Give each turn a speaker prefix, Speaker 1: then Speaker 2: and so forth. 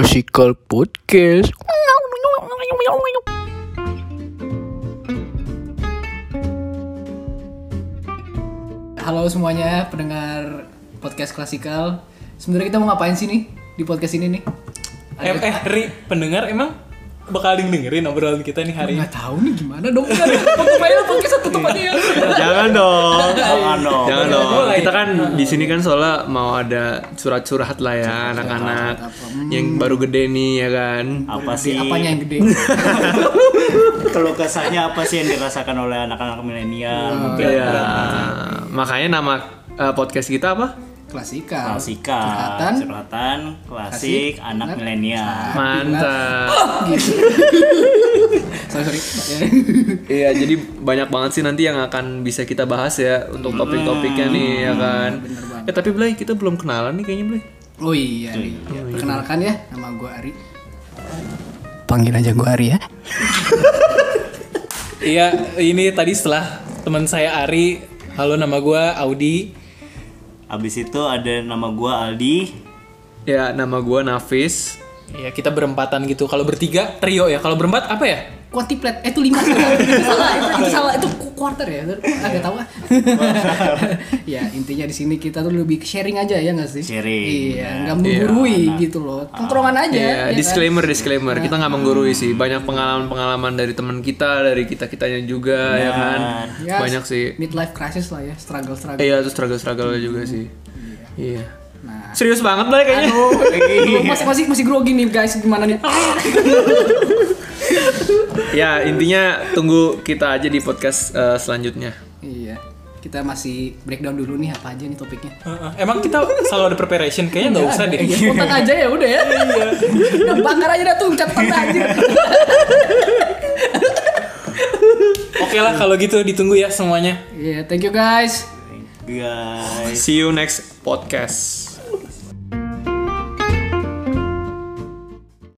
Speaker 1: Classical Podcast.
Speaker 2: Halo semuanya pendengar podcast klasikal. Sebenarnya kita mau ngapain sih nih di podcast ini nih?
Speaker 3: Eh, eh, Ri, pendengar emang bakal ada yang dengerin obrolan kita nih hari ini.
Speaker 2: Nggak tahu nih gimana dong. Udah, udah, Tutup aja podcast tutup aja ya.
Speaker 4: Jangan dong.
Speaker 5: Jangan dong.
Speaker 4: Jangan dong.
Speaker 3: Mulai.
Speaker 4: Kita kan di sini kan soalnya mau ada surat-surat lah ya anak-anak
Speaker 3: Hmm.
Speaker 4: yang baru gede nih ya kan.
Speaker 5: Apa ya? sih?
Speaker 2: Apanya yang gede?
Speaker 5: Keluh kesahnya apa sih yang dirasakan oleh anak-anak milenial?
Speaker 4: Iya. Makanya nama eh, podcast kita apa?
Speaker 2: Klasikal.
Speaker 5: Klasika,
Speaker 2: Curhatan.
Speaker 5: curhatan, klasik,
Speaker 2: Klasik,
Speaker 5: anak
Speaker 2: anak-
Speaker 5: milenial.
Speaker 4: Mantap.
Speaker 2: Gitu. sorry sorry.
Speaker 4: Iya, jadi banyak banget sih nanti yang akan bisa kita bahas ya untuk
Speaker 3: Hmm.
Speaker 4: topik-topiknya nih ya kan. Eh tapi Blay, kita belum kenalan nih kayaknya Blay.
Speaker 2: Oh iya nih. Perkenalkan ya nama gue Ari. Panggil aja gue Ari ya.
Speaker 3: Iya, ini tadi setelah teman saya Ari, halo nama gua Audi.
Speaker 5: Abis itu ada nama gua Aldi.
Speaker 4: Ya, nama gua Nafis.
Speaker 3: Ya, kita berempatan gitu. Kalau bertiga trio ya. Kalau berempat apa ya?
Speaker 2: Kuantiplet, eh itu lima salah, itu, itu salah, itu ku- quarter ya, agak tahu ah. ya intinya di sini kita tuh lebih sharing aja ya nggak sih?
Speaker 5: Sharing.
Speaker 2: Iya, nggak menggurui gitu loh, tongkrongan aja. ya
Speaker 4: Ya,
Speaker 2: kan?
Speaker 4: disclaimer, disclaimer. Kita nggak menggurui sih. Banyak pengalaman-pengalaman dari teman kita, dari kita kitanya juga, ya kan.
Speaker 2: Ya,
Speaker 4: Banyak sih.
Speaker 2: Midlife crisis lah ya, struggle struggle.
Speaker 4: Iya, terus struggle-struggle juga sih. Iya.
Speaker 2: Nah.
Speaker 4: Serius banget lah kayaknya.
Speaker 2: Belum, masih masih masih grogi nih guys, gimana nih?
Speaker 4: ya intinya tunggu kita aja di podcast eh, selanjutnya.
Speaker 2: iya, kita masih breakdown dulu nih apa aja nih topiknya.
Speaker 3: Heeh. Emang kita selalu ada preparation, kayaknya nggak usah deh. Iya.
Speaker 2: Iya, spontan aja ya udah ya. Udah bakar aja dah tuh catatan aja.
Speaker 3: Oke lah kalau gitu ditunggu ya semuanya.
Speaker 2: Iya, thank you guys.
Speaker 5: Guys.
Speaker 4: See you next podcast.